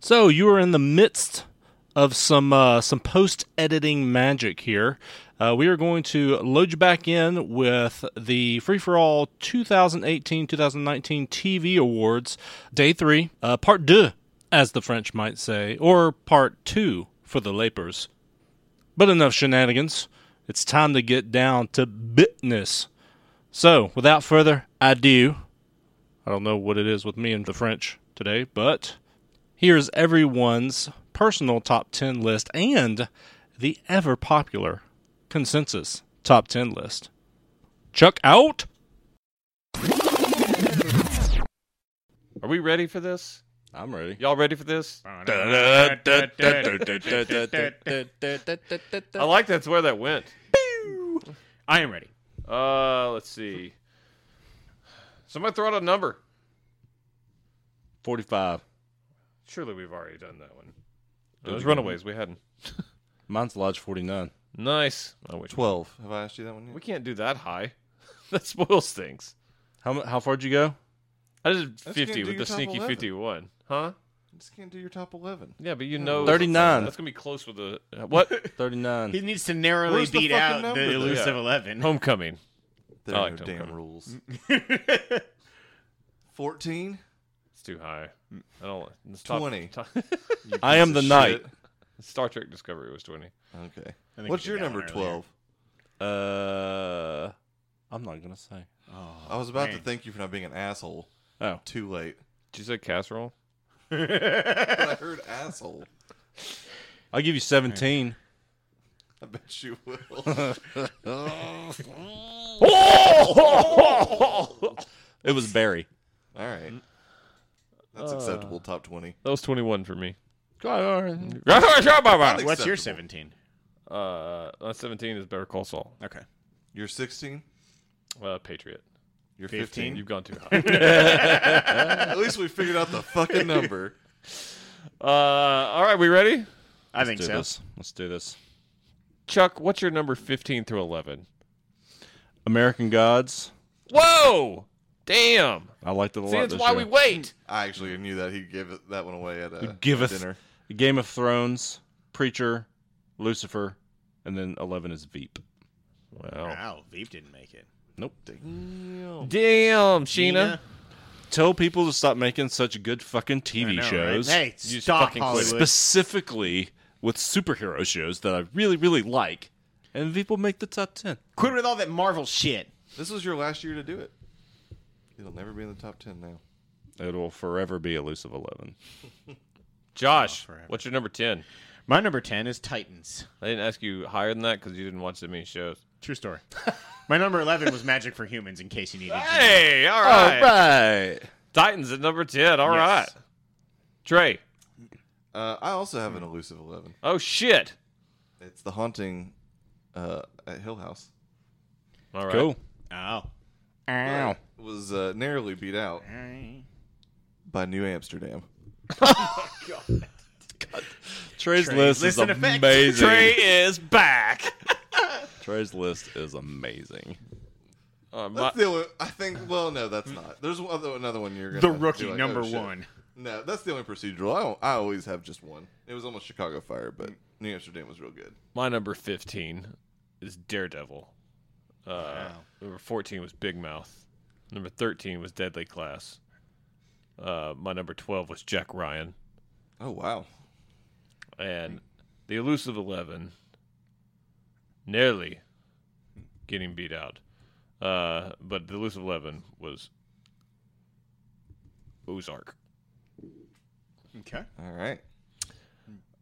So you are in the midst of some uh, some post editing magic here. Uh, we are going to load you back in with the free for all 2018 2019 TV Awards, day three, uh, part deux, as the French might say, or part two for the Lapers. But enough shenanigans. It's time to get down to business. So, without further ado, I don't know what it is with me and the French today, but Here's everyone's personal top 10 list and the ever popular consensus top 10 list. Chuck out. Are we ready for this? I'm ready. Y'all ready for this? I I like that's where that went. am ready. Uh, let's see. Somebody throw out a number. 45. Surely we've already done that one. It was Runaways. We hadn't. Mine's Lodge 49. Nice. Oh, wait. 12. Have I asked you that one yet? We can't do that high. that spoils things. How mu- how far'd you go? I did can't 50 do with your the top sneaky 11. 51. Huh? I just can't do your top 11. Yeah, but you know. 39. That's going to be close with the. uh, what? 39. He needs to narrowly Where's the beat fucking out number, the though? elusive Yeah. 11. Homecoming. There I are like no Tom damn Cruise. rules. Mm. 14? It's too high. I don't. it's top- 20. top- I am the Piece of knight. Star Trek Discovery was 20. shit. Okay. think What's we did your that one number earlier. 12? Uh, I'm not going to say. I was about to man. thank you for not being an asshole. Oh. Too late. Did you say casserole? But I heard asshole. I'll give you 17. I bet you will. It was Barry. All right. Uh. That's acceptable. Top 20. That was 21 for me. All What's your Acceptable. 17? Uh, uh, 17 is Better Call Saul. Okay. You're 16? Uh, Patriot. You're 15? 15? You've gone too high. At least we figured out the fucking number. uh, all right, we ready? I think do so. this. Let's do this. Chuck, what's your number 15 through 11? American Gods. Whoa! Damn! I liked it a See, lot. that's This why we year. wait. I actually knew that he'd give it, that one away at uh, a Giveth. dinner. Game of Thrones, Preacher, Lucifer, and then 11 is Veep. Wow. Wow, Veep didn't make it. Nope. Damn, Sheena. Nina? Tell people to stop making such good fucking I TV know, right? shows. Hey, You just stop fucking quit. Hollywood. Specifically with superhero shows that I really, really like. And Veep will make the top 10. Quit with all that Marvel shit. This was your last year to do it. It'll never be in the top 10 now. It will forever be Elusive 11. Josh, what's your number 10? My number 10 is Titans. I didn't ask you higher than that because you didn't watch that many shows. True story. My number 11 was Magic for Humans, in case you needed to. Hey, all right. Titans at number 10. All right. Yes. Trey. Uh, I also have Hmm. an elusive 11. Oh, shit. It's The Haunting uh, at Hill House. All right. Cool. Oh. Ow. It was uh, narrowly beat out by New Amsterdam. Trey's, list is list in effect. amazing. Trey is back. Trey's list is amazing. Uh, my- That's the only, I think, well, no, that's not. There's one other, another one you're going to oh, The rookie number one. No, that's the only procedural. I, don't, I always have just one. It was almost Chicago Fire, but New Amsterdam was real good. My number 15 is Daredevil. Uh, Oh, Number 14 was Big Mouth. Number 13 was Deadly Class. Uh, my number 12 was Jack Ryan. Oh, wow. And the elusive 11, nearly getting beat out. Uh, but the elusive 11 was Ozark. Okay. All right.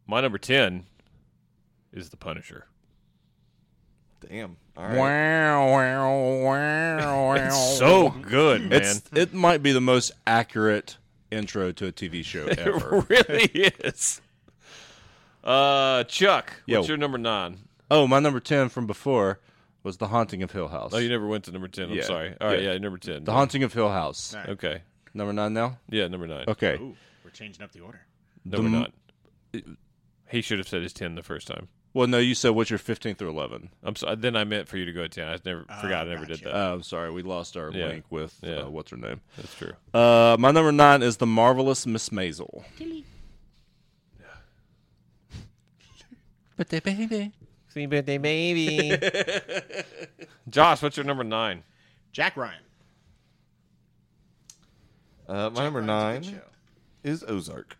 My number 10 is The Punisher. Damn. All right. Wow, wow, wow, wow. So good, man. Oh. It's it might be the most accurate intro to a TV show ever. It really is. Uh, Chuck, Yo. what's your number nine? oh, my number ten from before was The Haunting of Hill House. Oh, you never went to number ten. I'm Yeah. sorry. All right, Yeah. yeah, number ten. the Haunting of Hill House. Nice. okay, Number nine now. yeah, number nine. Okay, Ooh, we're changing up the order. number the m- nine. He should have said his ten the first time. well, no, you said what's your fifteen through eleven? I'm sorry. Then I meant for you to go to ten. I never Ah, forgot. I never did gotcha. that. Oh, I'm sorry, we lost our Yeah. link with Yeah. uh, what's her name. That's true. Uh, my number nine is the marvelous Miss Maisel. birthday, baby. Happy birthday, baby. Josh, what's your number nine? Jack Ryan. Uh, my number Ryan's a nine good show. is Ozark.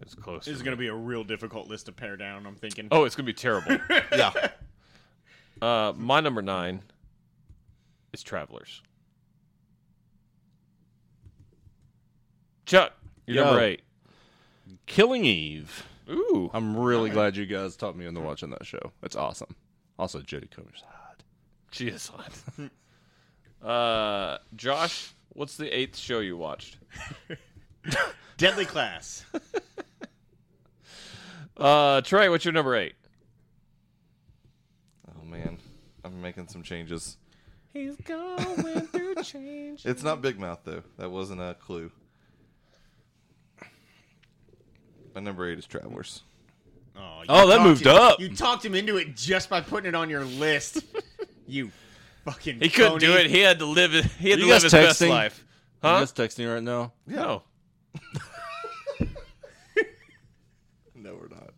It's close. This is going to be a real difficult list to pare down. I'm thinking. oh, it's gonna be terrible. Yeah. Uh, my number nine is Travelers. Chuck, your Yo. number eight. Killing Eve. Ooh, I'm really glad you guys taught me into watching that show. It's awesome. Also, Jodie Comer's hot. she is hot. uh, Josh, what's the eighth show you watched? Deadly Class. Uh, Trey, what's your number eight? Oh man, I'm making some changes. He's going through change. It's not Big Mouth though. That wasn't a clue. My number eight is Travelers. Oh, you Oh, that talked moved him- up. You talked him into it just by putting it on your list. you fucking. He couldn't do phony. it. He had to live. it- He had You to guys live his best texting? life. You Huh? guys texting right now? No. No, we're not.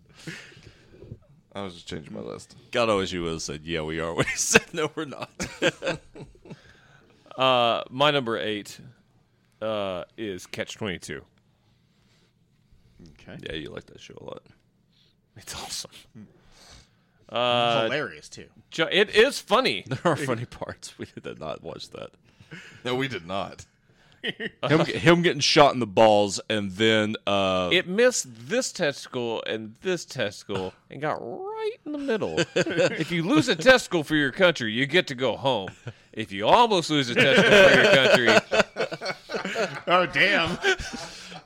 I was just changing my list. God, I wish you would have said, yeah, we are. We said, no, we're not. Uh, my number eight uh, is Catch Twenty Two. Okay. yeah, you like that show a lot. It's awesome. Uh, Hilarious too. Jo- it is funny. There are funny parts. We did not watch that. No, we did not. Him, him getting shot in the balls and then uh, It missed this testicle and this testicle and got right in the middle. if you lose a testicle for your country, you get to go home. If you almost lose a testicle for your country, Oh damn.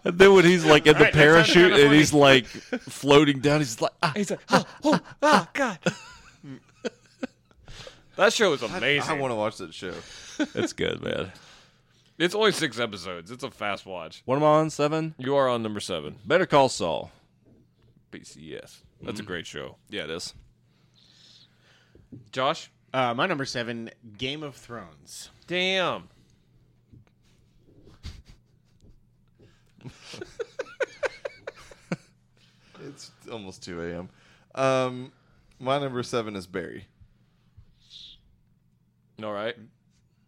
And then when he's like in the Right, that sounds parachute kinda and he's like floating down, he's like, ah, he's like, oh, oh, oh God. that show is amazing. I want to watch that show. it's good, man. It's only six episodes. It's a fast watch. What am I on? Seven? You are on number seven. Better Call Saul. BCS. That's Mm. a great show. Yeah, it is. Josh? Uh, my number seven, Game of Thrones. Damn. It's almost two a.m. Um, my number seven is Barry. All right.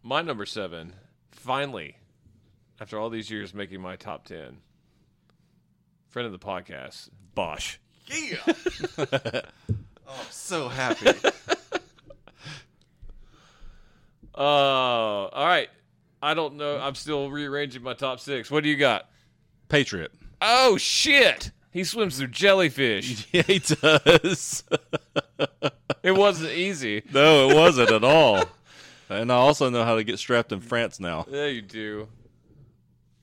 My number seven, finally, after all these years making my top 10, friend of the podcast, Bosch. Yeah. oh, I'm so happy. Oh, all right. I don't know. I'm still rearranging my top six. What do you got? Patriot. Oh, shit. He swims through jellyfish. Yeah, he does. it wasn't easy. no, it wasn't at all. And I also know how to get strapped in France now. There you do.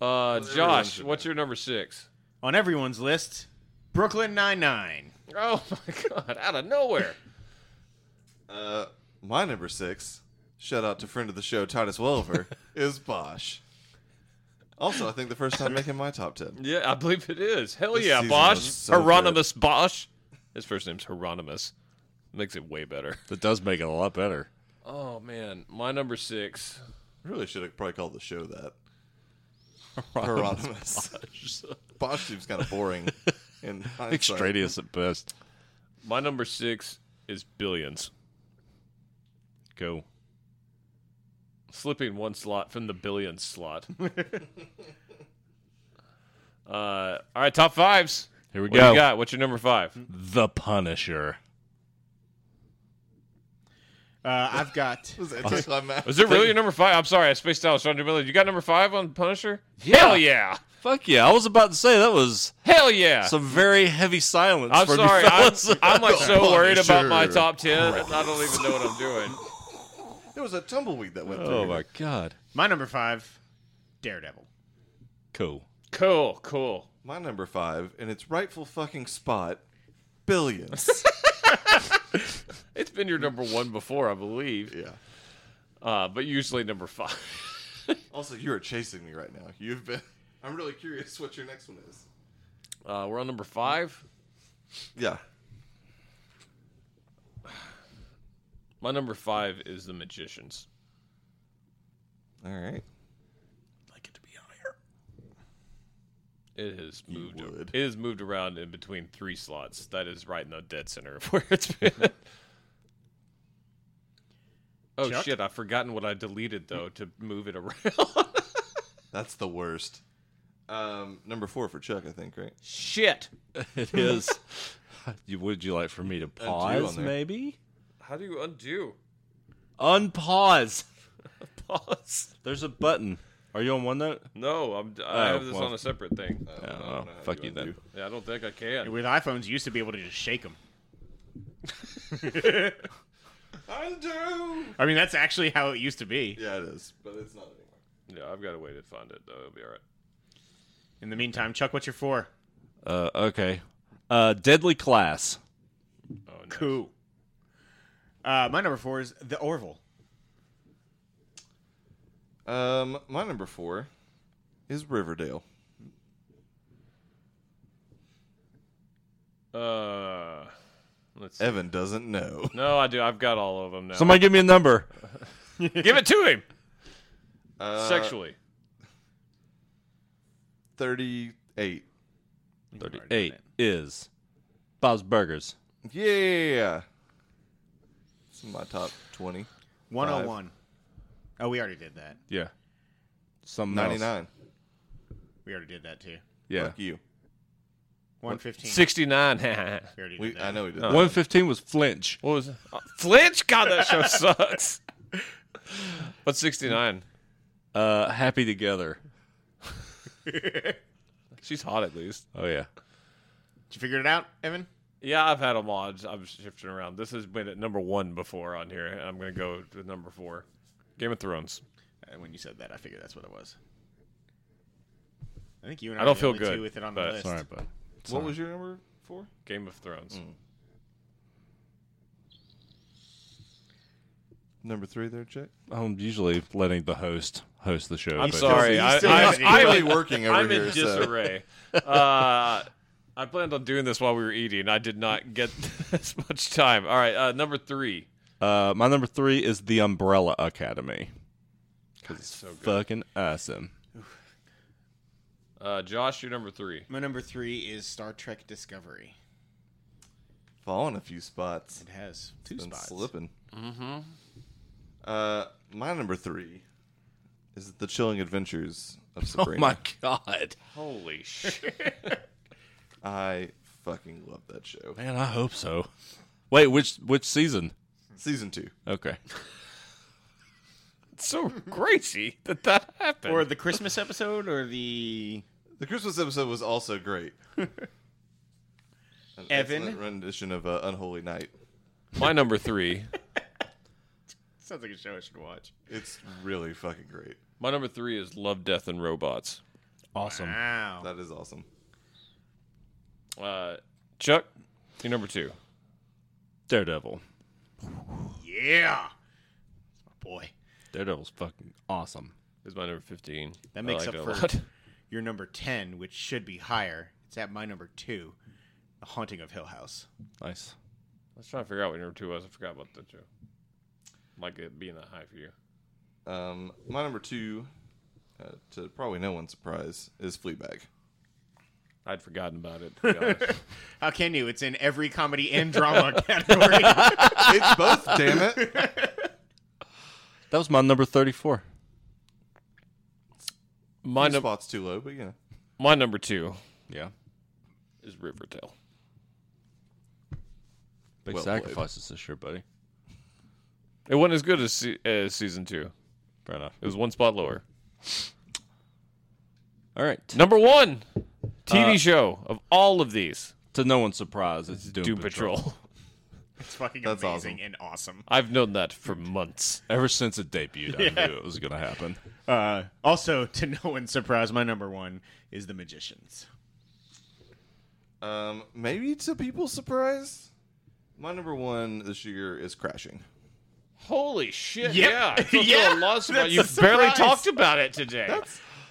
Uh, Josh, what's your number six? On everyone's list, Brooklyn Nine Nine. Oh my god, out of nowhere. Uh, my number six, shout out to friend of the show Titus Welver, is Bosch. Also, I think the first time making my top ten. Yeah, I believe it is. Hell This yeah, season Bosch. was so Hieronymus Bosch. His first name's Hieronymus. Makes it way better. That does make it a lot better. Oh man, my number six. Really should have probably called the show that. Hieronymus. uh, Bosch seems kind of boring. In hindsight. Extraneous at best. My number six is Billions. Go. Slipping one slot from the Billions slot. uh, all right, top fives. Here we What do go. you got? What's your number five? The Punisher. Uh, I've got. Was anticlimactic. Was it really your number five? I'm sorry, I spaced out. I was trying to do Billions. You got number five on Punisher? Hell yeah! Fuck yeah. I was about to say that was Hell yeah! some very heavy silence I'm from sorry. you I'm, fellas. I'm like so worried about my Punisher. top ten. I don't even know what I'm doing. There was a tumbleweed that went oh through. my god. My number five, Daredevil. Cool. Cool, cool. My number five, in its rightful fucking spot, billions. It's been your number one before, I believe, yeah. uh, but usually number five. Also, you are chasing me right now. You've been. I'm really curious what your next one is. Uh, we're on number five. Yeah. My number five is The Magicians. All right. like it to be higher. It It has You moved. would. It has moved around in between three slots. That is right in the dead center of where it's been. oh Chuck? shit! I've forgotten what I deleted though to move it around. That's the worst. Um, number four for Chuck, I think, right? Shit. It is. You- Would Uh, you like for me to pause, there. maybe? How do you undo? Unpause. Pause. There's a button. Are you on OneNote? No, I'm. I Oh, have this well. on a separate thing. Oh, well, fuck you then. Yeah, I don't think I can. With iPhones, you used to be able to just shake them. Undo. I mean, that's actually how it used to be. Yeah, it is, but it's not anymore. Yeah, I've got a way to find it though. It'll be all right. In the meantime, Chuck, what's your four? Uh, okay. Uh, Deadly Class. Oh, nice. Cool. Uh, my number four is the Orville. Um, my number four is Riverdale. Uh, let's. See. Evan doesn't know. No, I do. I've got all of them now. Somebody give me a number. give it to him. Uh, Sexually. Thirty-eight. 38 is Bob's Burgers. Yeah. It's in my top twenty. 101. Oh, we already did that. Yeah. Some Ninety-nine. We already did that too. Yeah. Fuck you. 115. 69. We already did We, that. I know he did. that. 115 was Flinch. What was it? Uh, Flinch? God, that show sucks. What's 69? Uh, Happy Together. She's hot at least. Oh, yeah. Did you figure it out, Evan? Yeah, I've had them all. I'm just- I'm shifting around. This has been at number one before on here. and I'm going to go to number four Game of Thrones. Uh, When you said that, I figured that's what it was. I think you and I, I are don't the feel only good, two with it on but- the list. Sorry, bud. What was your number four? Game of Thrones. Number three there, Chuck. I'm usually letting the host host the show. I'm but- sorry. He's I, still- I, he's really working over I'm here. in so- disarray. uh, I planned on doing this while we were eating. I did not get this much time. All right, uh, number three. Uh, my number three is The Umbrella Academy. Because it's so good. fucking awesome. Uh, Josh, you're number three. My number three is Star Trek Discovery. Falling a few spots. It has 2 Been spots. slipping. Mm-hmm. Uh, my number three is the Chilling Adventures of Sabrina. God. Holy shit. I fucking love that show. Man, I hope so. Wait, which which season? Season two. Okay. It's so crazy that that happened. Or the Christmas episode or the. The Christmas episode was also great. An Evan? excellent rendition of uh, Unholy Night. My number three. Sounds like a show I should watch. It's really fucking great. My number three is Love, Death, and Robots. Awesome. Wow. That is awesome. Uh, Chuck, you're number two. Daredevil. yeah. Boy. Daredevil's fucking awesome. Is my number fifteen. That makes I liked up it a for lot. your number 10, which should be higher. It's at my number two, The Haunting of Hill House. Nice. Let's try to figure out what your number two was. I forgot about that too. Like it being that high for you. Um, my number two, uh, to probably no one's surprise, is Fleabag. I'd forgotten about it. To be honest. How can you? It's in every comedy and drama category. It's both, damn it. That was my number 34. my Two number, spots too low, but you know. my number two Yeah. is Riverdale. Big Well played. sacrifices this year, buddy. It wasn't as good as, se- as season two. Fair enough. It was one spot lower. All right. Number one Uh, TV show of all of these. To no one's surprise, it's Doom, Doom Patrol. Patrol. it's fucking That's amazing awesome. and awesome. I've known that for months. Ever since it debuted, I knew it was going to happen. Uh, also, to no one's surprise, my number one is The Magicians. Um, maybe to people's surprise, my number one this year is Crashing. Holy shit! Yep. Yeah, I Yeah, yeah. Lost about that's you a barely surprise. talked about it today.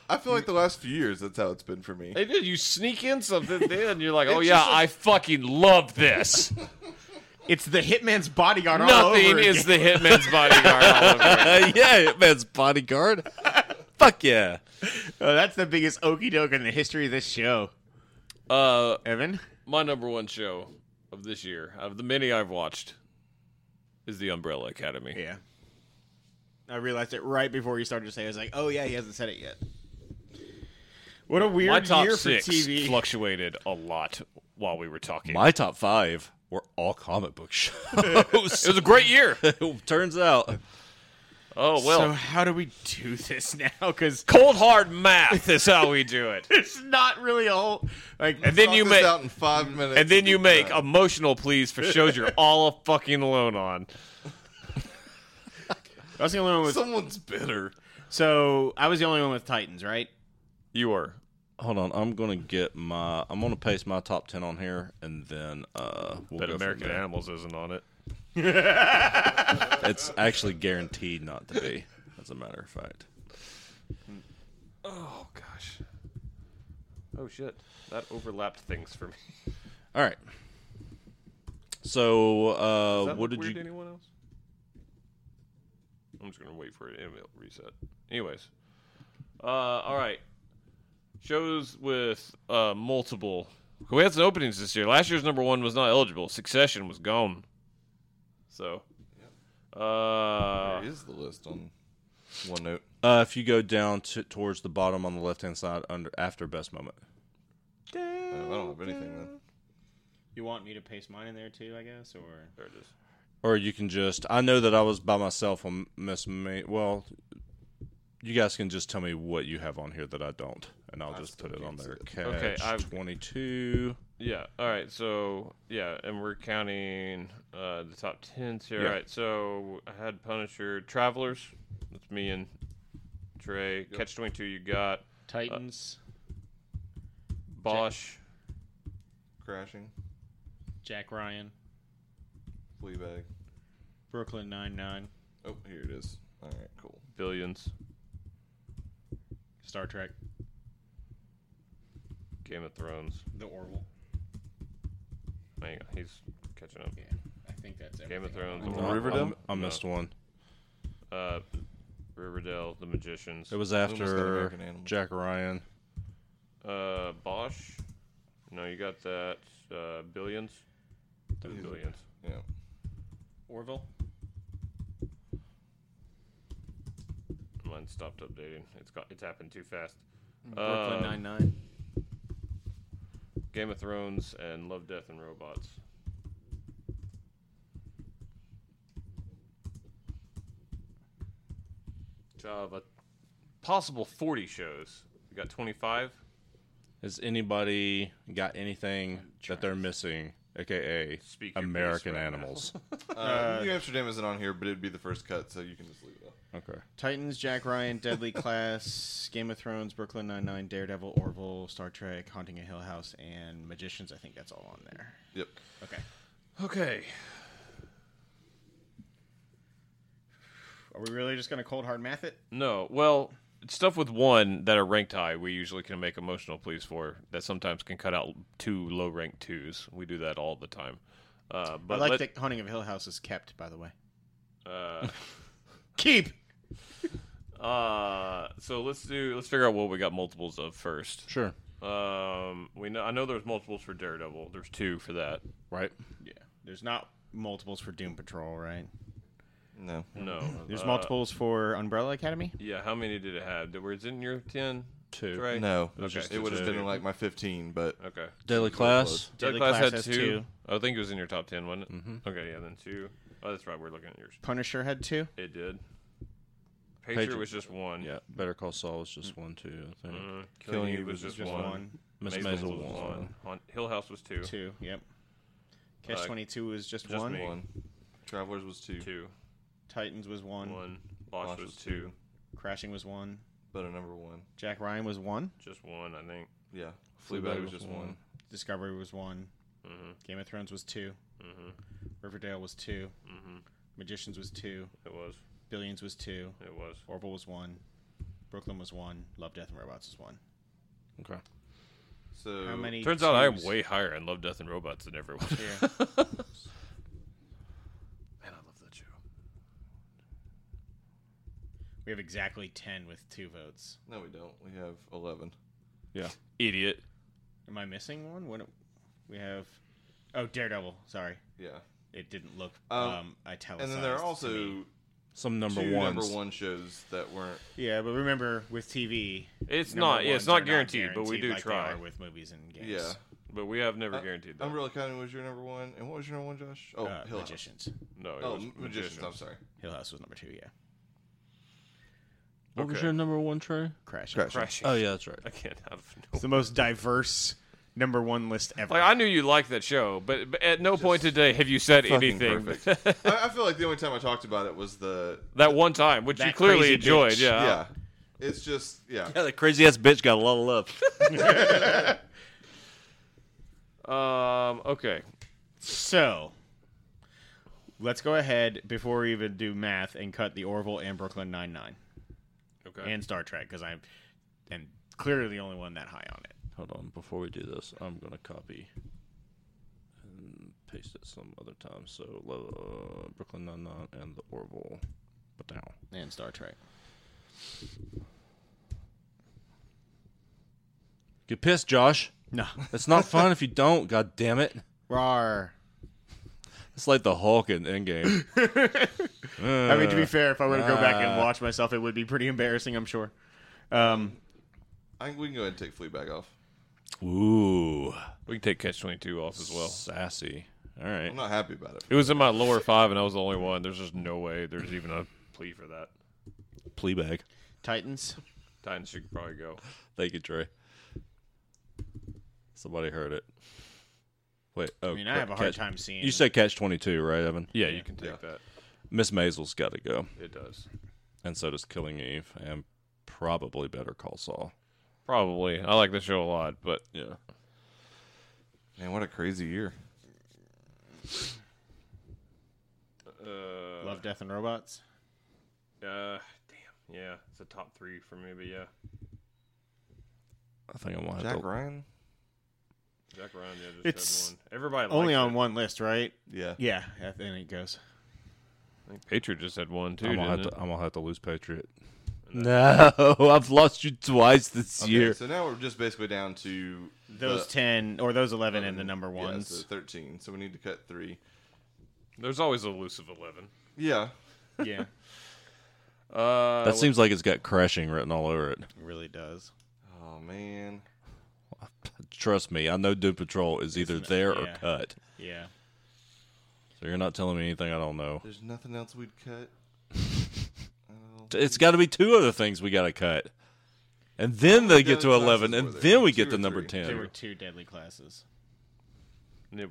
I feel like the last few years, that's how it's been for me. They did. You sneak in something then, and you're like, "Oh It's yeah, just a- I fucking love this." It's the Hitman's Bodyguard all Nothing over is again. Uh, the hitman's bodyguard. All over. yeah, Man's bodyguard. Fuck yeah. Oh, that's the biggest okey doke in the history of this show. Uh, Evan? my number one show of this year, of the many I've watched, is The Umbrella Academy. Yeah. I realized it right before you started to say it. I was like, oh, yeah, he hasn't said it yet. What a weird My top year six for TV. fluctuated a lot while we were talking. My top five were all comic book shows. it was a great year. Turns out, Oh so well, how do we do this now? Because cold hard math is how we do it. it's not really a whole like. And then Knock you this make out in five minutes. and then you be make done. emotional pleas for shows you're all fucking alone on. I was the only one with. someone's bitter. So I was the only one with Titans, right? You are. hold on. I'm gonna get my. I'm gonna paste my top ten on here, and then uh, we'll go But from American there. Animals isn't on it. It's actually guaranteed not to be, as a matter of fact. Oh gosh. Oh shit. That overlapped things for me. All right. So, Oh, uh, what did you? anyone else? I'm just gonna wait for it. It'll reset. Anyways, uh, all right. Shows with uh, multiple. We had some openings this year. Last year's number one was not eligible. Succession was gone. So, uh, Here is the list on OneNote. Uh, if you go down to, towards the bottom on the left hand side, under after best moment. Oh, I don't have anything then. You want me to paste mine in there too, I guess, or there it is. Or you can just. I know that I was by myself on Miss May. Well, you guys can just tell me what you have on here that I don't, and I'll just put it on there. Catch Okay, I've- twenty-two. Yeah. All right. So yeah, and we're counting uh, the top tens here. Yeah. All right. So I had Punisher, Travelers. That's me and Trey. Catch twenty two. You got Titans, Uh, Bosch. Crashing, Jack Ryan, Fleabag. Brooklyn Nine Nine, Oh, here it is. All right, cool. Billions, Star Trek, Game of Thrones. The Orville. Hang on, he's catching up. Yeah, I think that's everything. Game of Thrones, Oh, No, I- Riverdale? I, missed one. uh, Riverdale, The Magicians, It was got after American Animals. Jack Ryan. uh, Bosch. No, you got that. Uh, billions. That was Yeah. billions. Yeah. Orville. Mine stopped updating. It's got. It's happened too fast. Brooklyn Um, Nine Nine? Game of Thrones and Love, Death, and Robots. Java, possible forty shows. We got twenty-five. Has anybody got anything that they're missing, aka Speak your piece American right now. Animals? Uh, New Amsterdam isn't on here, but it'd be the first cut, so you can just leave it. Up. okay. Titans, Jack Ryan, Deadly Class, Game of Thrones, Brooklyn Nine Nine, Daredevil, Orville, Star Trek, Haunting a Hill House, and Magicians. I think that's all on there. Yep. Okay. Okay. Are we really just gonna cold hard math it? No. Well, stuff with one that are ranked high, we usually can make emotional pleas for. That sometimes can cut out two low ranked twos. We do that all the time. Uh, but I like let- that Haunting of Hill House is kept, by the way. uh, Keep. uh, so let's do. Let's figure out what we got multiples of first. Sure. Um, we know. I know there's multiples for Daredevil. There's two for that. Right. Yeah. There's not multiples for Doom Patrol, right? No. No. There's Uh, multiples for Umbrella Academy. Yeah. How many did it have? Did- Was it in your ten? Two. Right. No. was just it would have two. been in, like my 15, but Okay. Daily class. Dead Deadly class, Class had has two. two. I think it was in your top ten, wasn't it? Mm-hmm. Okay. Yeah. Then two. Oh, that's right. We're looking at yours. Punisher had two. It did. Pager, Pager- was just one. Yeah. Better Call Saul was just one, two. I think. Uh, Killing Eve was just, one. Miss Maisel Maisel was one. On, Hill House was two. Two. Yep. Catch Uh, twenty two was just, just one. me. one. Travelers was two. Two. Titans was one. One. Bosch, Bosch was, was two. two. Crashing was one. But a number one. Jack Ryan was one. Just one, I think. Yeah. Fleabag Fleabag was was just one. one. Discovery was one. Mm-hmm. Game of Thrones was 2 Riverdale was 2 Magicians was two. Mm-hmm. It was. Billions was two. It was. Orville was one. Brooklyn was one. Love, Death, and Robots was one. Okay. So How many? Turns out I'm twos? way higher in Love, Death, and Robots than everyone. Man, Yeah. I love that show. We We have exactly 10 with two votes. No, we don't. We have 11. Yeah. Idiot. Am I missing one? What we have Oh, Daredevil, sorry. Yeah. It didn't look Um, um, italicized. And then there are to me. also Some number two ones. number one shows that weren't. Yeah, but remember with TV It's number not. Yeah, it's ones not are guaranteed, but we guaranteed do like they try. are with movies and games. Yeah. But we have never Uh, guaranteed that. Umbrella Academy was your number one. And what was your number one, Josh? Oh, Uh, Hill House. Magicians. no, it Oh, was Magicians. I'm sorry. Hill House was number two. Yeah. What was Okay. your number one, Trey? Crash. Crash. Crashing. Oh, yeah, that's right. I can't have no. It's the most diverse number one list ever. Like I knew you liked that show, but, but at no point today have you said fucking anything. perfect. I, I feel like the only time I talked about it was the. that one time, which you That clearly crazy enjoyed, bitch. yeah. yeah. It's just, yeah. Yeah, that crazy ass bitch got a lot of love. Um. Okay. so let's go ahead before we even do math and cut the Orville and Brooklyn Nine Nine Okay. and Star Trek because I'm am clearly the only one that high on it. Hold on, before we do this, I'm gonna copy and paste it some other time. So uh, Brooklyn Nine Nine and the Orville, but now And Star Trek. get pissed, Josh. No. It's not fun if you don't. God damn it! Rar. It's like the Hulk in Endgame. I mean, to be fair, if I were to go back and watch myself, it would be pretty embarrassing, I'm sure. Um, I think we can go ahead and take Fleabag off. Ooh, We can take Catch Twenty Two off as well. sassy. All right. I'm not happy about it. It was in my lower five, and I was the only one. There's just no way. There's even a plea for that. plea bag. Titans. Titans should probably go. Thank you, Trey. Somebody heard it. Wait. Oh, I mean, I have a hard time seeing. You said catch twenty two, right, Evan? Yeah, you can take Miss Maisel's got to go. that. It does. and so does Killing Eve, and probably Better Call Saul. Probably. I like the show a lot, but Yeah. Man, what a crazy year. uh, Love, Death, and Robots. uh, damn. Yeah, it's a top three for me. But yeah, I think I'm gonna have Jack to. Ryan? Jack Ryan. Yeah, just It's had one. Everybody Only likes on it. one list, right? Yeah. Yeah, I think it goes. I think Patriot just had one too. I'm gonna, have didn't to, it? I'm gonna have to lose Patriot. No, I've lost you twice this Okay, year. so now we're just basically down to Those the- ten or those eleven and the um, number Uh, yeah, ones. so 13. So we need to cut three. There's always elusive eleven. Yeah. yeah, Uh, that seems like it's got crashing written all over it. it really does. Oh, man. Trust me, I know Doom Patrol is either there or yeah. cut. Yeah, So you're not telling me anything I don't know. There's nothing else we'd cut. Oh. It's got to be two other things we gotta cut, and then they get to other eleven, classes and were there? then we Two get to or number three? there were ten. two deadly classes. it,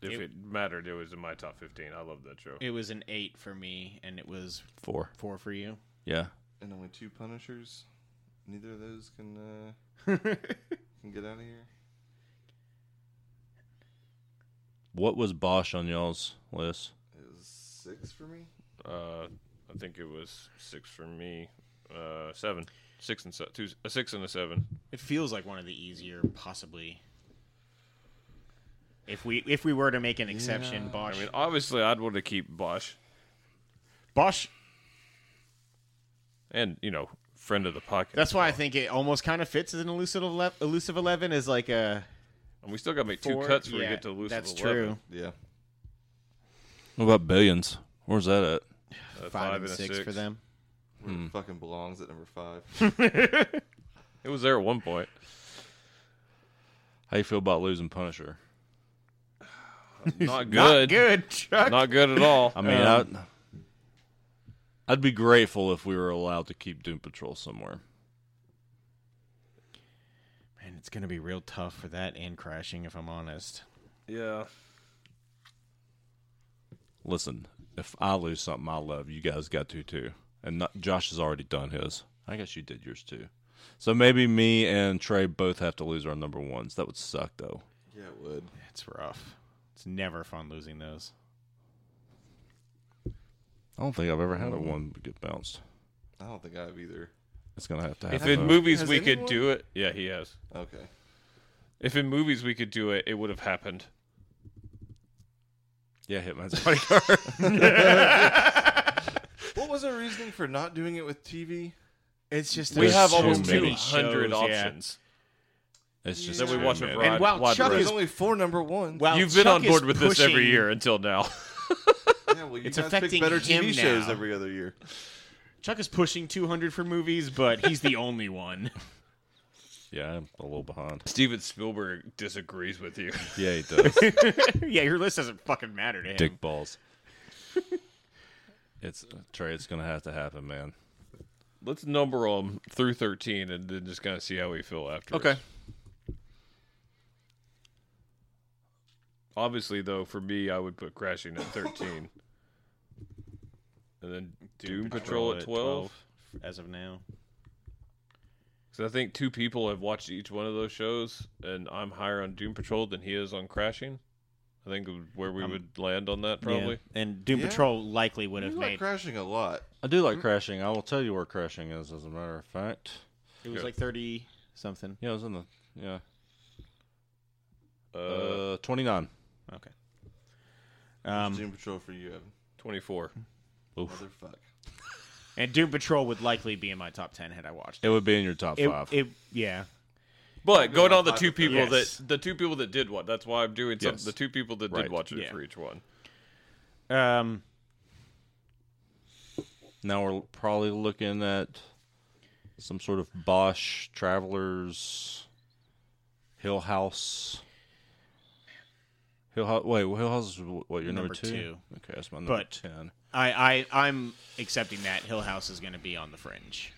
if it, mattered, it was in my top fifteen. I love that show. It was an eight for me, and it was Four. four for you. Yeah. And only two Punishers. Neither of those can, uh, can get out of here. What was Bosch on y'all's list? It was six for me. Uh, I think it was six for me. Uh, seven, six and se- two, a six and a seven. It feels like one of the easier, possibly. If we if we were to make an exception, Bosch. I mean, obviously, I'd want to keep Bosch Bosch. and you know, friend of the podcast. That's why I think it almost kind of fits as an elusive eleven. Elusive eleven is like a and we still got to make two four- cuts before yeah, we get to elusive That's 11. true. Yeah. What about billions? Where's that at? Uh, Five, and six for them. Where it fucking belongs at number five. It was there at one point. How you feel about losing Punisher? Not Not good. good, Chuck. Not good at all. I mean, Um, I'd, I'd be grateful if we were allowed to keep Doom Patrol somewhere. Man, it's gonna be real tough for that and crashing, if I'm honest. yeah. Listen, if I lose something I love, you guys got to too. And not, Josh has already done his. I guess you did yours too. So maybe me and Trey both have to lose our number ones. That would suck though. yeah, it would. It's rough. It's never fun losing those. I don't think I've ever Mm. had a one get bounced. I don't think I have either. It's gonna have to If happen. in movies Has we could anyone- do it, yeah, he has. Okay. If in movies we could do it, it would have happened. yeah, Hitman's bodyguard. What was was our reasoning for not doing it with TV? It's just we there's have so almost many two hundred shows, yeah. options It's just that we too watch a many. broad, And while wide Chuck variety. There's only four number ones. Well, You've been Chuck on board is with this every pushing- year until now. yeah, well, you it's guys affecting pick better him TV shows now. every other year. Chuck is pushing 200 for movies, but he's the only one. Yeah, I'm a little behind. Steven Spielberg disagrees with you. Yeah, he does. yeah, your list doesn't fucking matter to him. Dick balls. It's Trey. It's gonna have to happen, man. Let's number them through thirteen, and then just kind of see how we feel after. Obviously, though, for me, I would put Crashing at thirteen, and then Doom, Patrol, at twelve. as of now. Because I think two people have watched each one of those shows, and I'm higher on Doom Patrol than he is on Crashing. I think where we would land on that probably. And Doom Yeah. Patrol likely would have You like made. crashing a lot. I do like crashing. I will tell you where crashing is, as a matter of fact. It was like 30 something. Yeah, it was in the yeah Uh, uh, twenty nine. Okay. Um, Doom Patrol for you, Evan. 24. Motherfuck. and Doom Patrol would likely be in my top 10 had I watched It would be in your top it. five. It, yeah. But going on the two people Yes. that the two people that did what that's why I'm doing some, Yes. the two people that Right. did watch it Yeah. for each one. Um, now we're probably looking at some sort of Bosch Travelers, Hill House. Hill House. Wait, Hill House is wh- what your number, Number two. Okay, that's my number But- ten. I, I, I'm accepting that Hill House is going to be on the fringe.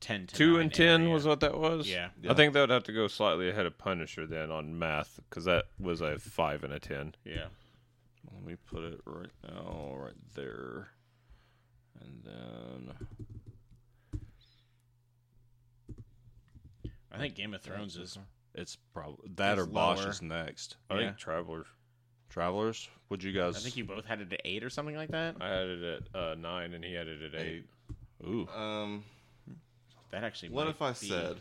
10 to Two nine and ten area. was what that was. Yeah. I think that would have to go slightly ahead of Punisher then on math because that was a five and a ten. Yeah. Let me put it right now, right there, and then I think Game of Thrones is. it's probably that It's or Bosch lower. is next. I Yeah. think Travelers. Travelers, would you guys? I think you both had it at eight or something like that. I had it at uh, nine and he had it at eight. Ooh, Um, That actually. what might if I be- said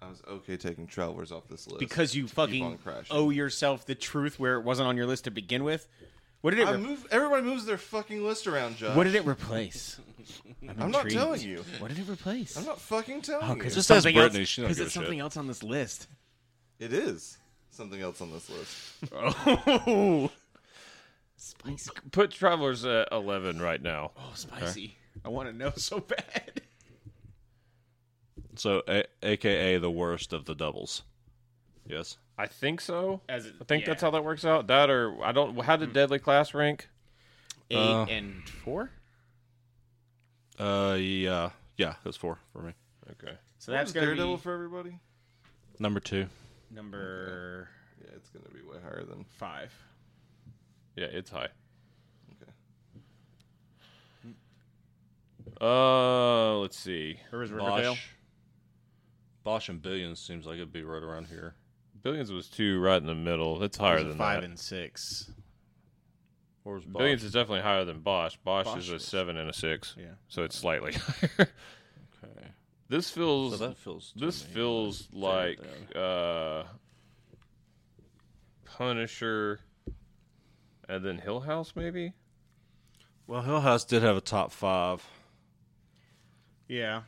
I was okay taking Travelers off this list because you to keep on fucking crashing? owe yourself the truth where it wasn't on your list to begin with? What did it? I re- move. Everybody moves their fucking list around, Josh. what did it replace? I'm not telling you. What did it replace? I'm not fucking telling you. because Just it's something ask Brittany, else. she don't give it's a shit. something else on this list. It is something else on this list. Oh, Put Travelers at eleven right now. oh, spicy! I want to know so bad. so a- AKA the worst of the doubles. Yes. I think so. As it- I think that's yeah. Hmm. how that works out. That or I don't. How did Deadly Class rank? Eight Uh, and four. Uh, yeah, yeah, that's four for me. Okay. So that's Is gonna Daredevil be for everybody. Number two. number Yeah, it's gonna be way higher than. five. Yeah, it's high. Okay. Uh, let's see. Or is Riverdale? Bosch. Bosch and Billions seems like it'd be right around here. Billions was two right in the middle. That's higher Those are than five that. and six. Or was Bosch? Billions is definitely higher than Bosch. Bosch, Bosch is a is- seven and a six. Yeah. So it's slightly higher. Okay. this feels So that feels. to this me feels like uh Punisher and then Hill House maybe? Well, Hill House did have a top five. Yeah.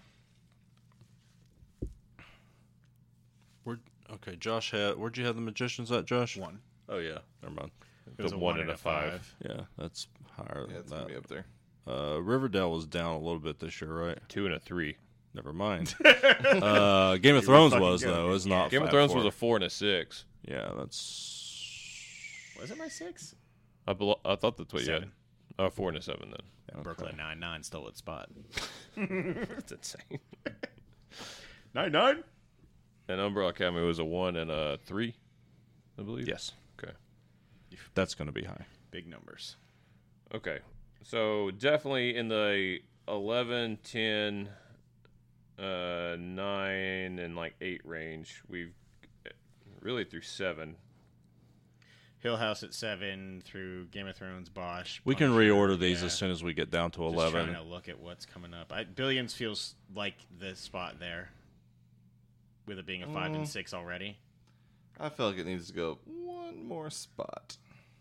Where? Okay, Josh had. Where'd you have the Magicians at, Josh? One. Oh yeah. Never mind. The one, and a five. Yeah, that's higher Yeah, than it's gonna be that. up there. Uh, Riverdale was down a little bit this year, right? Two and a three. Never mind. uh, Game of Thrones fucking was good. though. It's not. Game of five, Thrones four. was a four and a six. Yeah, that's. Was it my six? I, bel I thought that's what Seven. you had. Uh, four and a seven then. Brooklyn Nine Nine stole its spot. That's insane. Nine Nine. And Umbrella Academy was a one and a three, I believe. Yes, Okay. that's going to be high. Big numbers. Okay. So definitely in the 11, 10, uh, 9, and like 8 range. We've eh, really through 7. Hill House at seven through Game of Thrones, Bosch. We can Punisher. reorder these Oh, Yeah. as soon as we get down to Just eleven. Trying to look at what's coming up. I, Billions feels like the spot there, with Mm. it being a five and six already. I feel like it needs to go up one more spot.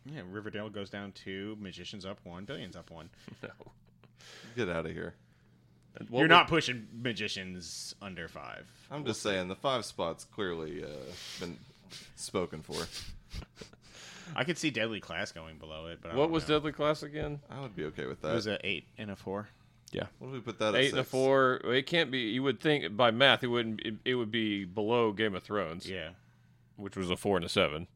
Yeah, Riverdale goes down two, Magicians up one, Billions up one. Get out of here. What You're would- not pushing Magicians under five. I'm just saying the five spot's clearly uh, been spoken for. I could see Deadly Class going below it, but I What don't was know. Deadly Class again? I would be okay with It that. was an eight and a four. What if we put that at Eight and a six? four. It can't be. You would think by math, it wouldn't. It, it would be below Game of Thrones, Yeah, which was a four and a seven.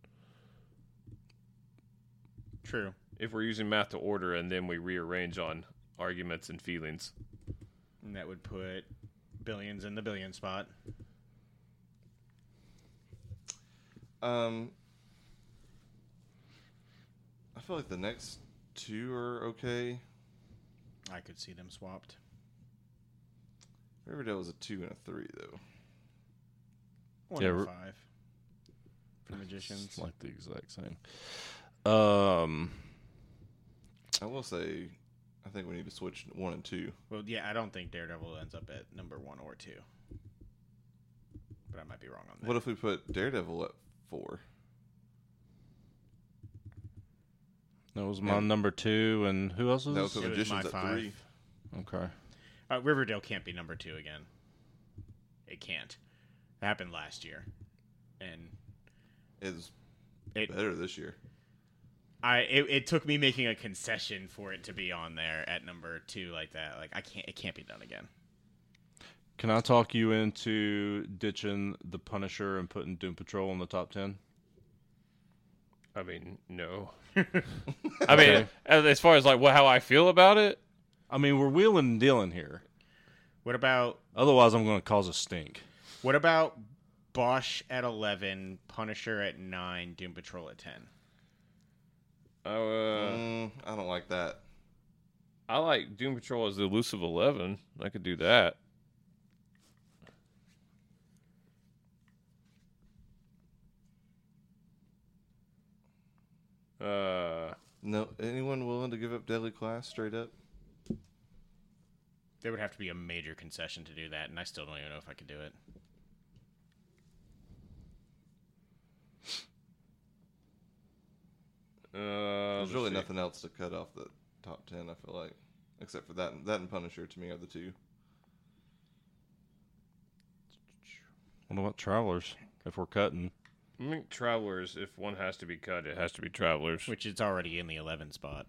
true. If we're using math to order and then we rearrange on arguments and feelings, And that would put Billions in the billion spot. Um, I feel like the next two are okay. I could see them swapped. Riverdale was a two and a three though. One Yeah, and Ri- five for Magicians. It's like the exact same. Um, I will say, I think we need to switch one and two. Well, yeah, I don't think Daredevil ends up at number one or two. But I might be wrong on that. What if we put Daredevil at four? that was my number two, and who else was? That was the it was Magicians my at five. three. okay. Uh, Riverdale can't be number two again. It can't. It happened last year, and It's It- better this year. I it, it took me making a concession for it to be on there at number two like that. Like I can't. It can't be done again. Can I talk you into ditching the Punisher and putting Doom Patrol in the top ten? I mean, no. I mean, as, as far as like what how I feel about it, I mean, we're wheeling and dealing here. What about Otherwise, I'm going to cause a stink. what about Bosch at eleven, Punisher at nine, Doom Patrol at ten? I, uh, Mm, I don't like that. I like Doom Patrol as the elusive eleven. I could do that. Uh, No, anyone willing to give up Deadly Class straight up? There would have to be a major concession to do that, and I still don't even know if I could do it. uh, There's really nothing else to cut off the top ten. I feel like, except for that, and- that and Punisher to me are the two. What about Travelers? If we're cutting, I think Travelers, if one has to be cut, it has to be Travelers. Which it's already in the eleven spot.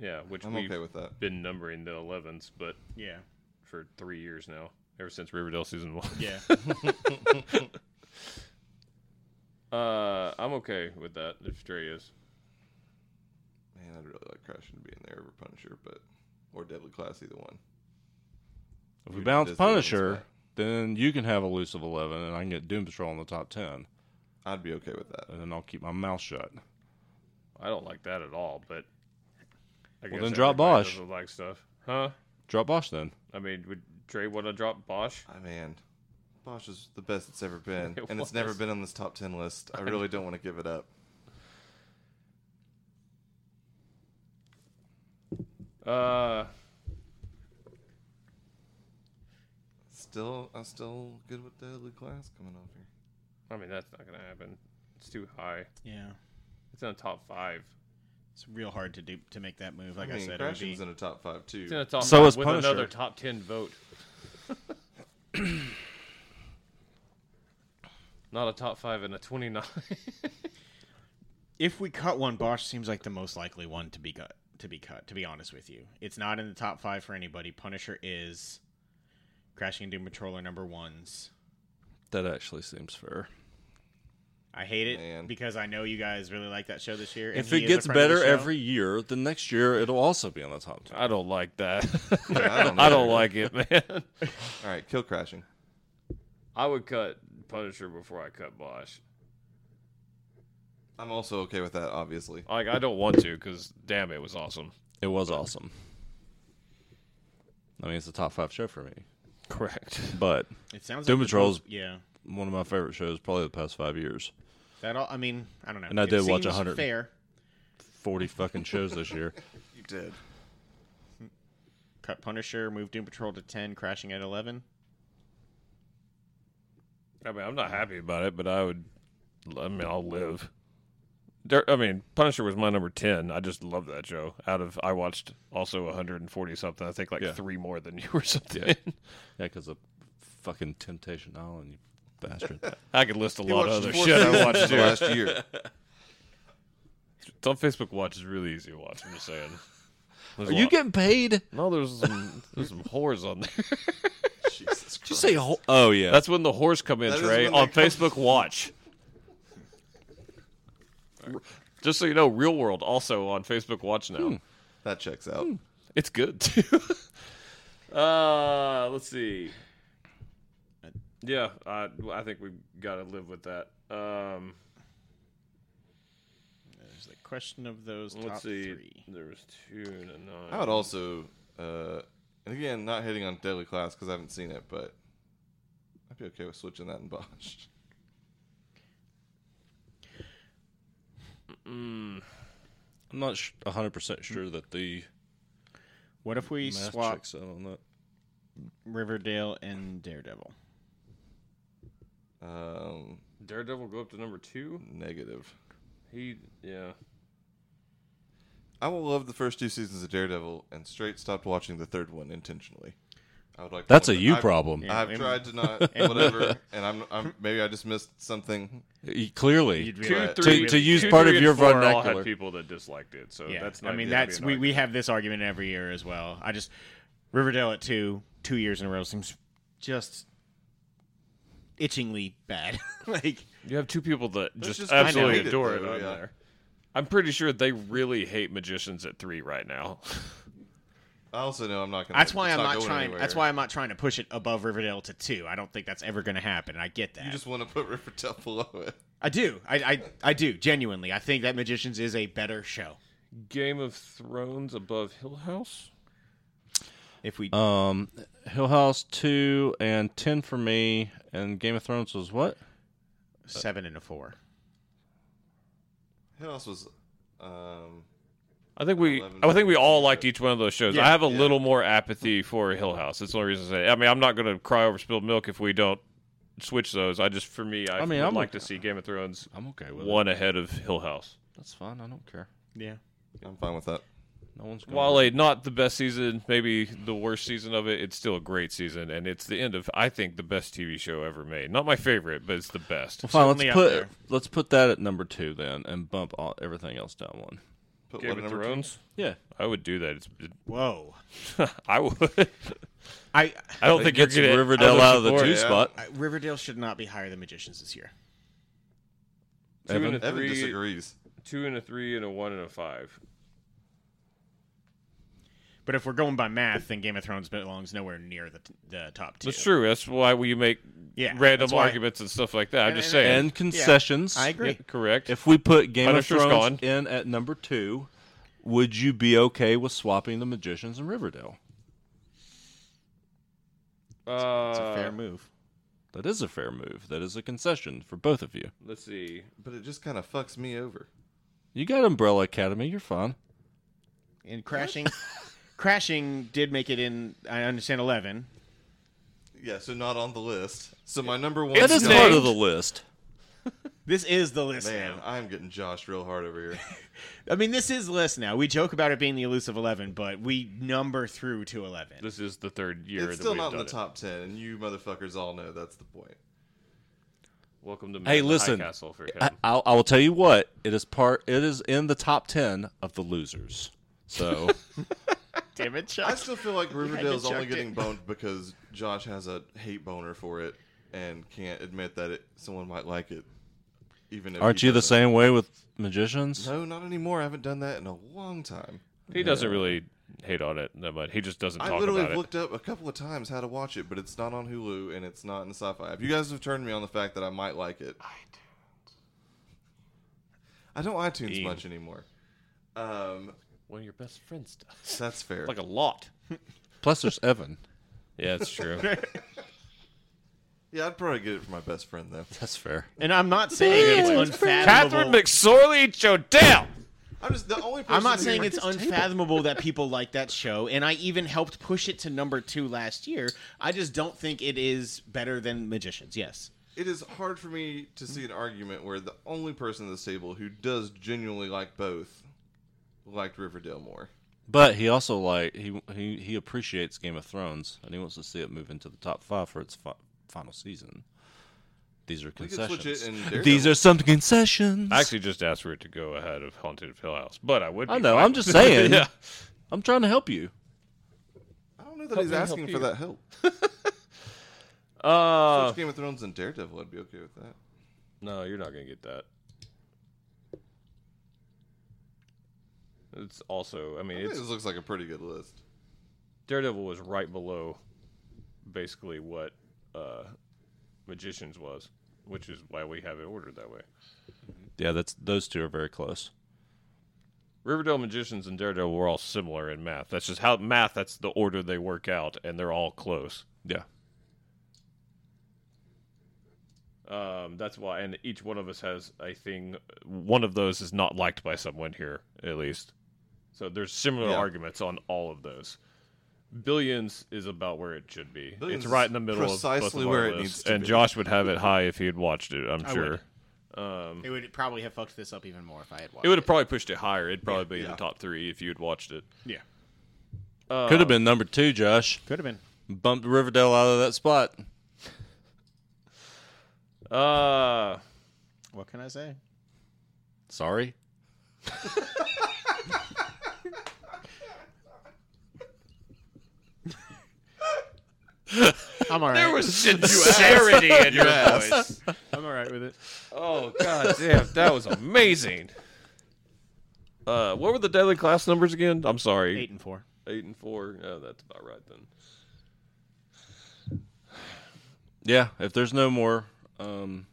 yeah, which I'm we've okay with that. been numbering the 11s, but Yeah. for three years now, ever since Riverdale season one. Yeah. Uh, I'm okay with that if Dre is. Man, I'd really like Crashing to be in there over Punisher, but or Deadly Class, either one. if You're we bounce just the only Punisher, spot. then you can have elusive eleven, and I can get Doom Patrol in the top ten, I'd be okay with that. and then I'll keep my mouth shut. I don't like that at all, but I then drop everybody Bosch. doesn't like stuff, huh? Drop Bosch then. I mean, would Dre want to drop Bosch? I mean, Bosch is the best it's ever been, It and it's never was. been on this top ten list. I really don't want to give it up. Uh, Still, I'm still good with Deadly Class coming off here. I mean that's not gonna happen. It's too high. yeah. It's in the top five. It's real hard to do to make that move. Like I, I mean, said, it would be, Crashing's in a top five too. It's in the top So five is with Punisher. another top ten vote. not a top five and a twenty nine. if we cut one, Bosch seems like the most likely one to be cut. To be cut. To be honest with you, it's not in the top five for anybody. Punisher is. Crashing and Doom Patrol are number ones. That actually seems fair. I hate it Man. because I know you guys really like that show this year. and If he it is a gets friend of the better show. every year, then next year it'll also be on the top ten. I don't like that. Yeah, I don't I don't either. like it, man. All right, kill Crashing. I would cut Punisher before I cut Bosch. I'm also okay with that, obviously. Like I don't want to because damn, it was awesome. It was awesome. I mean, it's a top five show for me, Correct. but it sounds Doom like the Patrol's- most- yeah. one of my favorite shows probably the past five years. That all. I mean, I don't know. And I It did watch seems 100. Fair. Forty fucking shows this year. You did. Cut Punisher. Move Doom Patrol to ten. Crashing at eleven. I mean, I'm not happy about it, but I would. I mean, I'll live. Dur- I mean, Punisher was my number ten. I just love that show. Out of I watched also 140 something. I think like Yeah. three more than you or something. Yeah, because of fucking Temptation Island, you bastard. I could list a He lot of watches other four shit I thousand watched the too. last year. It's on Facebook Watch is really easy to watch. I'm just saying. There's Are a you lot- getting paid? no? There's some there's some whores on there. Jesus Christ. Did you say? Ho- oh yeah. That's when the whores come in, That is Trey, when they on come- Facebook Watch. R- Just so you know, Real World also on Facebook Watch now. that checks out. It's good too. uh, let's see. Yeah, I, I think we've got to live with that. Um, There's the question of those top let's see. three. Oh. There was two and a nine. I would also, uh, and again, not hitting on Deadly Class because I haven't seen it, but I'd be okay with switching that in Bosch. I'm not sh- 100% sure that the What if we math swap checks out on that. Riverdale and Daredevil? Um, Daredevil go up to number two. negative. He, yeah. I will love the first two seasons of Daredevil and straight stopped watching the third one intentionally. I would like. to That's a point that you I've- problem. I've Yeah, tried to not whatever, and I'm, I'm maybe I just missed something. Y- Clearly. You'd be Two, like- To- three, to use two, part three, of and your four all vernacular. had people that disliked it, so yeah. that's. Not I mean, gonna be that's an we, we argument. have this argument every year as well. I just Riverdale at two, two years in a row seems just itchingly bad. like You have two people that just, just absolutely hate it, adore it, though, on yeah. there. I'm pretty sure they really hate magicians at three right now. I also know I'm not gonna. that's why it's I'm not going trying. anywhere. That's why I'm not trying to push it above Riverdale to two. I don't think that's ever going to happen. I get that. you just want to put Riverdale below it. I do. I, I I do genuinely. I think that Magicians is a better show. Game of Thrones above Hill House. If we Uh, Um, Hill House 2 and 10 for me, and Game of Thrones was what? seven and a four. Who else was? Um, I think we, Eleven. I think we all liked each one of those shows. I have a yeah. little more apathy for Hill House. That's the only reason I say. I mean, I'm not going to cry over spilled milk if we don't switch those. I just, for me, I, I mean, would I'm like okay- to see Game of Thrones I'm okay with one ahead of Hill House. it. That's fine. I don't care. Yeah. I'm fine with that. No one's going While a not the best season, maybe the worst season of it, it's still a great season, and it's the end of I think the best TV show ever made. Not my favorite, but it's the best. Fine, Certainly let's up put there. let's put that at number two then, and bump all, everything else down one. Put Game what of number two? Thrones. Yeah, I would do that. It's, it- Whoa. I would. I, I don't It think you're gets gonna Riverdale out of the two support- spot. yeah. I Riverdale should not be higher than Magicians this year. Two and a Evan? Evan three, disagrees. two and a three, and a one and a five. But if we're going by math, then Game of Thrones belongs nowhere near the the top two. That's true. That's why we make Yeah, random that's why- arguments and stuff like that. I'm And- just and- saying. And concessions. I agree. Yep, correct. If we put Game Punisher's of Thrones gone. in at number two, would you be okay with swapping the Magicians and Riverdale? uh, It's a fair move. That is a fair move. That is a concession for both of you. let's see. But it just kind of fucks me over. You got Umbrella Academy. You're fine. And crashing, crashing did make it in. I understand eleven. Yeah, so not on the list. So my number one. That is Now- part of the list. This is the list Man, now. I'm getting joshed real hard over here. I mean, this is the list now. We joke about it being the elusive eleven, but we number through to eleven. This is the third year it's that still we've not in done it. the top ten, and you motherfuckers all know that's the point. Welcome to Hey, Mad listen. High Castle for I, Kevin. I'll, I will tell you what. It is part. It is in the top ten of the losers. So Damn it, I Chuck. still feel like Riverdale's only chucked it. getting boned because Josh has a hate boner for it and can't admit that it, someone might like it. Even if aren't he you the doesn't. same way with magicians? No, not anymore. I haven't done that in a long time. he doesn't really hate on it that much. He just doesn't I talk literally about have it. looked up a couple of times how to watch it, but it's not on Hulu and it's not in the sci-fi app. You guys have turned me on the fact that I might like it. I don't iTunes Ian. much anymore. Um, One of your best friends does. that's fair. Like a lot. Plus, there's Evan. Yeah, it's true. yeah, I'd probably get it for my best friend though. That's fair. And I'm not saying it's Catherine unfathomable. McSorley Chodell. I'm just the only. Person I'm not who- saying it's unfathomable that people like that show, and I even helped push it to number two last year. I just don't think it is better than Magicians. Yes, it is hard for me to see an argument where the only person at this table who does genuinely like both liked Riverdale more. But he also like he he he appreciates Game of Thrones and he wants to see it move into the top five for its fi- final season. These are We could switch it concessions. and Daredevil. These are some concessions. I actually just asked for it to go ahead of Haunted of Hill House, but I would. I be know. fine I'm with just it. saying. yeah. I'm trying to help you. I don't know that he's me help asking you. for that help. Uh, Switch Game of Thrones and Daredevil, I'd be okay with that. no, you're not gonna get that. It's also, I mean, I think it's this looks like a pretty good list. Daredevil was right below, basically what uh, Magicians was, which is why we have it ordered that way. Yeah, that's those two are very close. Riverdale Magicians and Daredevil were all similar in math. That's just how math. That's the order they work out, and they're all close. Yeah. Um, that's why, and each one of us has a thing. One of those is not liked by someone here, at least. So there's similar Yeah. arguments on all of those. Billions is about where it should be. Billions it's right is in the middle of both precisely of our where it lists, needs to and be. Josh would have it high if he had watched it. I'm I sure. would. Um, It would probably have fucked this up even more if I had watched. it would have probably pushed it higher. It'd probably be in yeah. the top three if you had watched it. Yeah, Uh, Could have been number two, Josh. could have been. Bumped Riverdale out of that spot. Uh, What can I say? Sorry. I'm all right. sincerity in your voice. I'm all right with it. Oh god damn, that was amazing. Uh, what were the daily class numbers again? I'm sorry, Eight and four. Eight and four. Oh, that's about right then. Yeah. If there's no more um,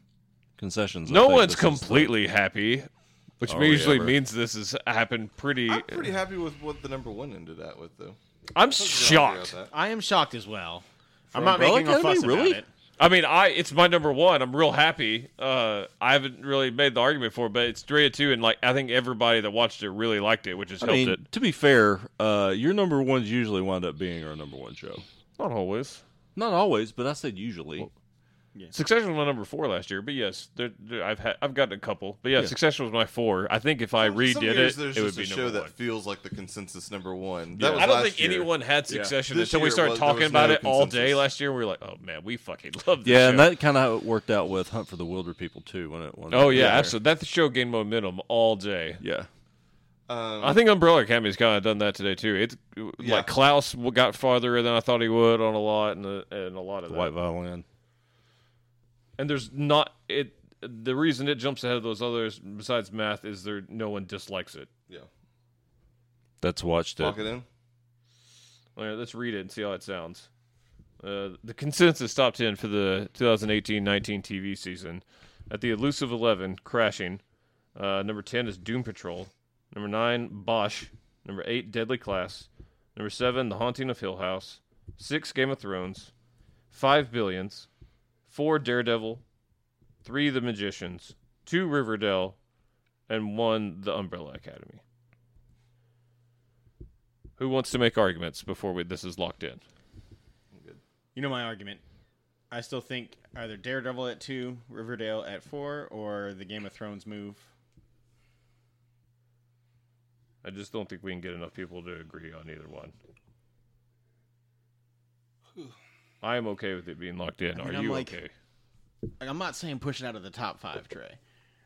concessions, I No think one's this is the- completely happy, which Are we usually ever? means this has happened pretty. I'm pretty happy with what the number one ended at with, though. I'm I'll agree shocked. with that. I am shocked as well. I'm not Umbrella making a Academy? fuss Really? about it. I mean, I it's my number one. I'm real happy. Uh, I haven't really made the argument for, it, but it's three to two, and like I think everybody that watched it really liked it, which has I helped mean, it. to be fair, uh, your number ones usually wind up being our number one show. Not always. Not always, but I said usually. Succession was my number four last year, but yes, there, there- I've had I've gotten a couple, but yeah, Succession was my four. I think if I redid Some years it, there's it would just be a number show that one. feels like the consensus number one. Yeah. That was I don't last think year. anyone had Succession This until we year started was- there talking was about no it all day consensus. last year. We were like, oh man, we fucking love this Yeah, and show." that kind of worked out with Hunt for the Wilder People too. When it, when it oh yeah, there. absolutely. That show gained momentum all day. Yeah, Um, I think Umbrella Academy's kind of done that today too. It's Yeah. like Klaus w- got farther than I thought he would on a lot, and a, and a lot of the that. White Violin. and there's not it. The reason it jumps ahead of those others, besides math, is there no one dislikes it. yeah. That's watched it. Lock it in. All right, let's read it and see how it sounds. Uh, the consensus top 10 for the 2018 19 TV season. At the elusive 11, Crashing. Uh, number 10 is Doom Patrol. Number 9, Bosch. Number 8, Deadly Class. Number 7, The Haunting of Hill House. 6, Game of Thrones. 5, Billions. 4, Daredevil. 3, The Magicians. 2, Riverdale. And 1, The Umbrella Academy. Who wants to make arguments before we, this is locked in? You know my argument. I still think either Daredevil at two, Riverdale at four, or the Game of Thrones move. I just don't think we can get enough people to agree on either one. I am okay with it being locked in. I mean, Are I'm you like- okay? Like, I'm not saying push it out of the top five, Trey.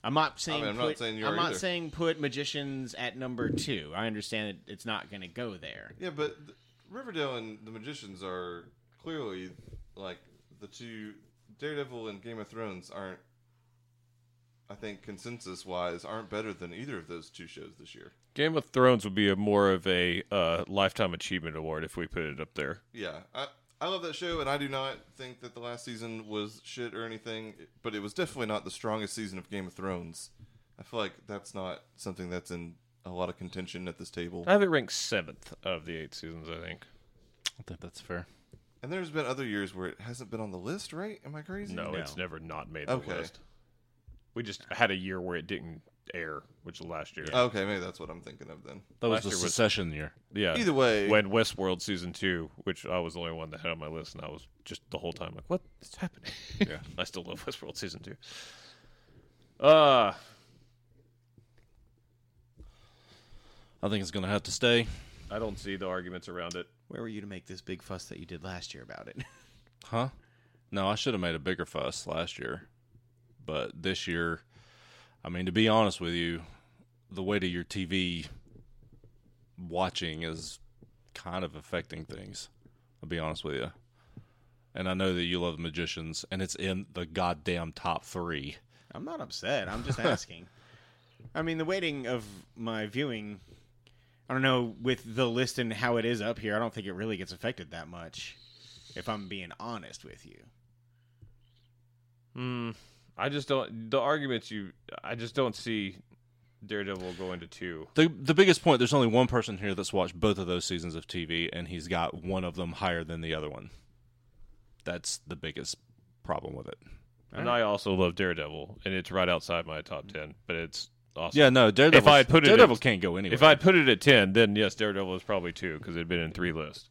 I'm not saying mean, I'm not put, saying you I'm are not either. saying put magicians at number two. I understand that it's not going to go there. Yeah, but th- Riverdale and The Magicians are clearly like the two. Daredevil and Game of Thrones aren't, I think, consensus wise, aren't better than either of those two shows this year. Game of Thrones would be a more of a uh, lifetime achievement award if we put it up there. Yeah, I I love that show, and I do not think that the last season was shit or anything, but it was definitely not the strongest season of Game of Thrones. I feel like that's not something that's in a lot of contention at this table. I have it ranked seventh of the eight seasons. I think. I think that's fair. And there's been other years where it hasn't been on the list, right? Am I crazy? No, it's never not made the Okay. list. We just had a year where it didn't air, which was last year. Okay, maybe that's what I'm thinking of then. That was Last the year was- secession year. yeah. Either way, when Westworld season two, which I was the only one that had on my list, and I was just the whole time like, "What is happening?" Yeah, I still love Westworld season two. Uh I think it's going to have to stay. I don't see the arguments around it. Where were you to make this big fuss that you did last year about it? Huh? No, I should have made a bigger fuss last year. But this year, I mean, to be honest with you, the weight of your TV watching is kind of affecting things. I'll be honest with you. And I know that you love magicians, and it's in the goddamn top three. I'm not upset. I'm just asking. I mean, the waiting of my viewing, I don't know, with the list and how it is up here, I don't think it really gets affected that much, if I'm being honest with you. Hmm. I just don't. The arguments you, I just don't see Daredevil going to two. The, the biggest point there's only one person here that's watched both of those seasons of TV, and he's got one of them higher than the other one. That's the biggest problem with it. And I also love Daredevil, and it's right outside my top ten. But it's awesome. Yeah, no, Daredevil. If I had put it Daredevil in- can't go anywhere. If I put it at ten, then yes, Daredevil is probably two because it'd been in three lists.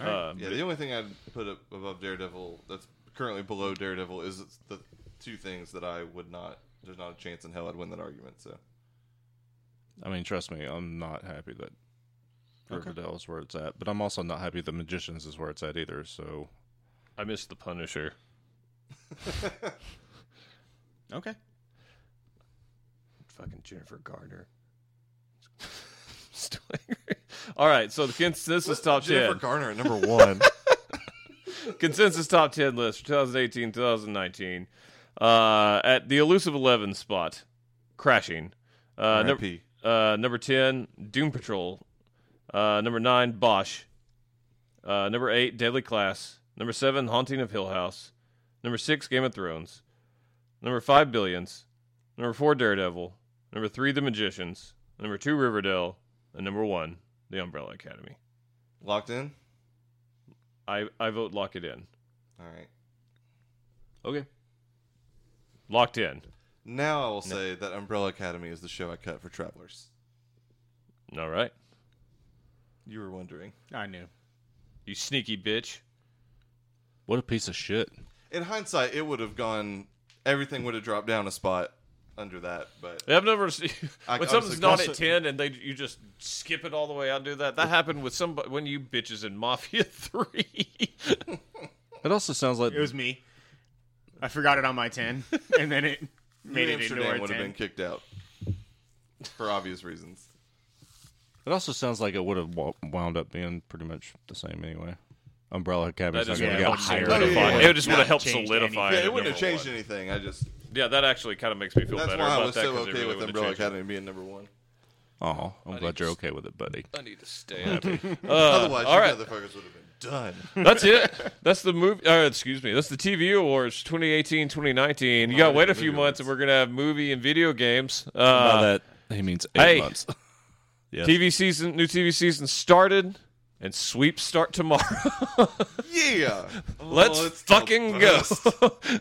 Uh, yeah, the only thing I'd put up above Daredevil that's currently below Daredevil is it's the two things that I would not. There's not a chance in hell I'd win that argument. So I mean, trust me, I'm not happy that Riverdale is where it's at, but I'm also not happy that Magicians is where it's at either. So I missed the Punisher. Okay. Fucking Jennifer Garner. Still angry. All right, so the consensus top Jennifer ten. Garner at number one. consensus top 10 list for 2018 2019 uh, at the elusive 11 spot crashing uh, number, RIP. uh, number 10 doom patrol uh, number 9 bosch uh, number 8 deadly class number 7 haunting of hill house number 6 game of thrones number 5 billions number 4 daredevil number 3 the magicians number 2 riverdale and number 1 the umbrella academy Locked in. i, I vote lock it in All right. okay, locked in Now I will say that Umbrella Academy is the show I cut for Travelers. all right You were wondering. I knew. You sneaky bitch. what a piece of shit. In hindsight, it would have gone. Everything would have dropped down a spot under that, but I've never seen I- when I something's was not also- at ten and they you just skip it all the way out and do that. That happened with some when you bitches in Mafia Three. It also sounds like It was me. I forgot it on my 10, and then it made New it into our Amsterdam would 10. have been kicked out for obvious reasons. it also sounds like it would have wa- wound up being pretty much the same anyway. Umbrella Academy's not just going to would've yeah, get helped higher. solidify- Oh, yeah, yeah, It just would have helped changed solidify. anything. Yeah, at it wouldn't have number changed one. anything. I just Yeah, that actually kind of makes me feel that's better why I about was that so 'cause it okay really with wouldn't Umbrella have changed Academy being number one. Oh, I'm glad you're okay with it, buddy. it. I need to stay out of here. Otherwise, Uh, all you right. motherfuckers would have been done. That's it. That's the movie. Uh, excuse me. That's the TV awards 2018, 2019. You got to wait a few months, and we're gonna have movie and video games. Uh, By that he means eight hey. months. yes. TV season, new TV season started, and sweeps start tomorrow. Yeah, Let's Oh, it's the fucking go. best.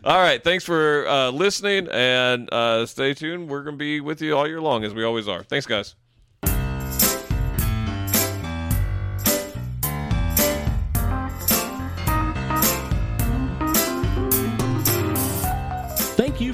all right. Thanks for uh, listening, and uh, stay tuned. We're going to be with you all year long, as we always are. Thanks, guys. Thank you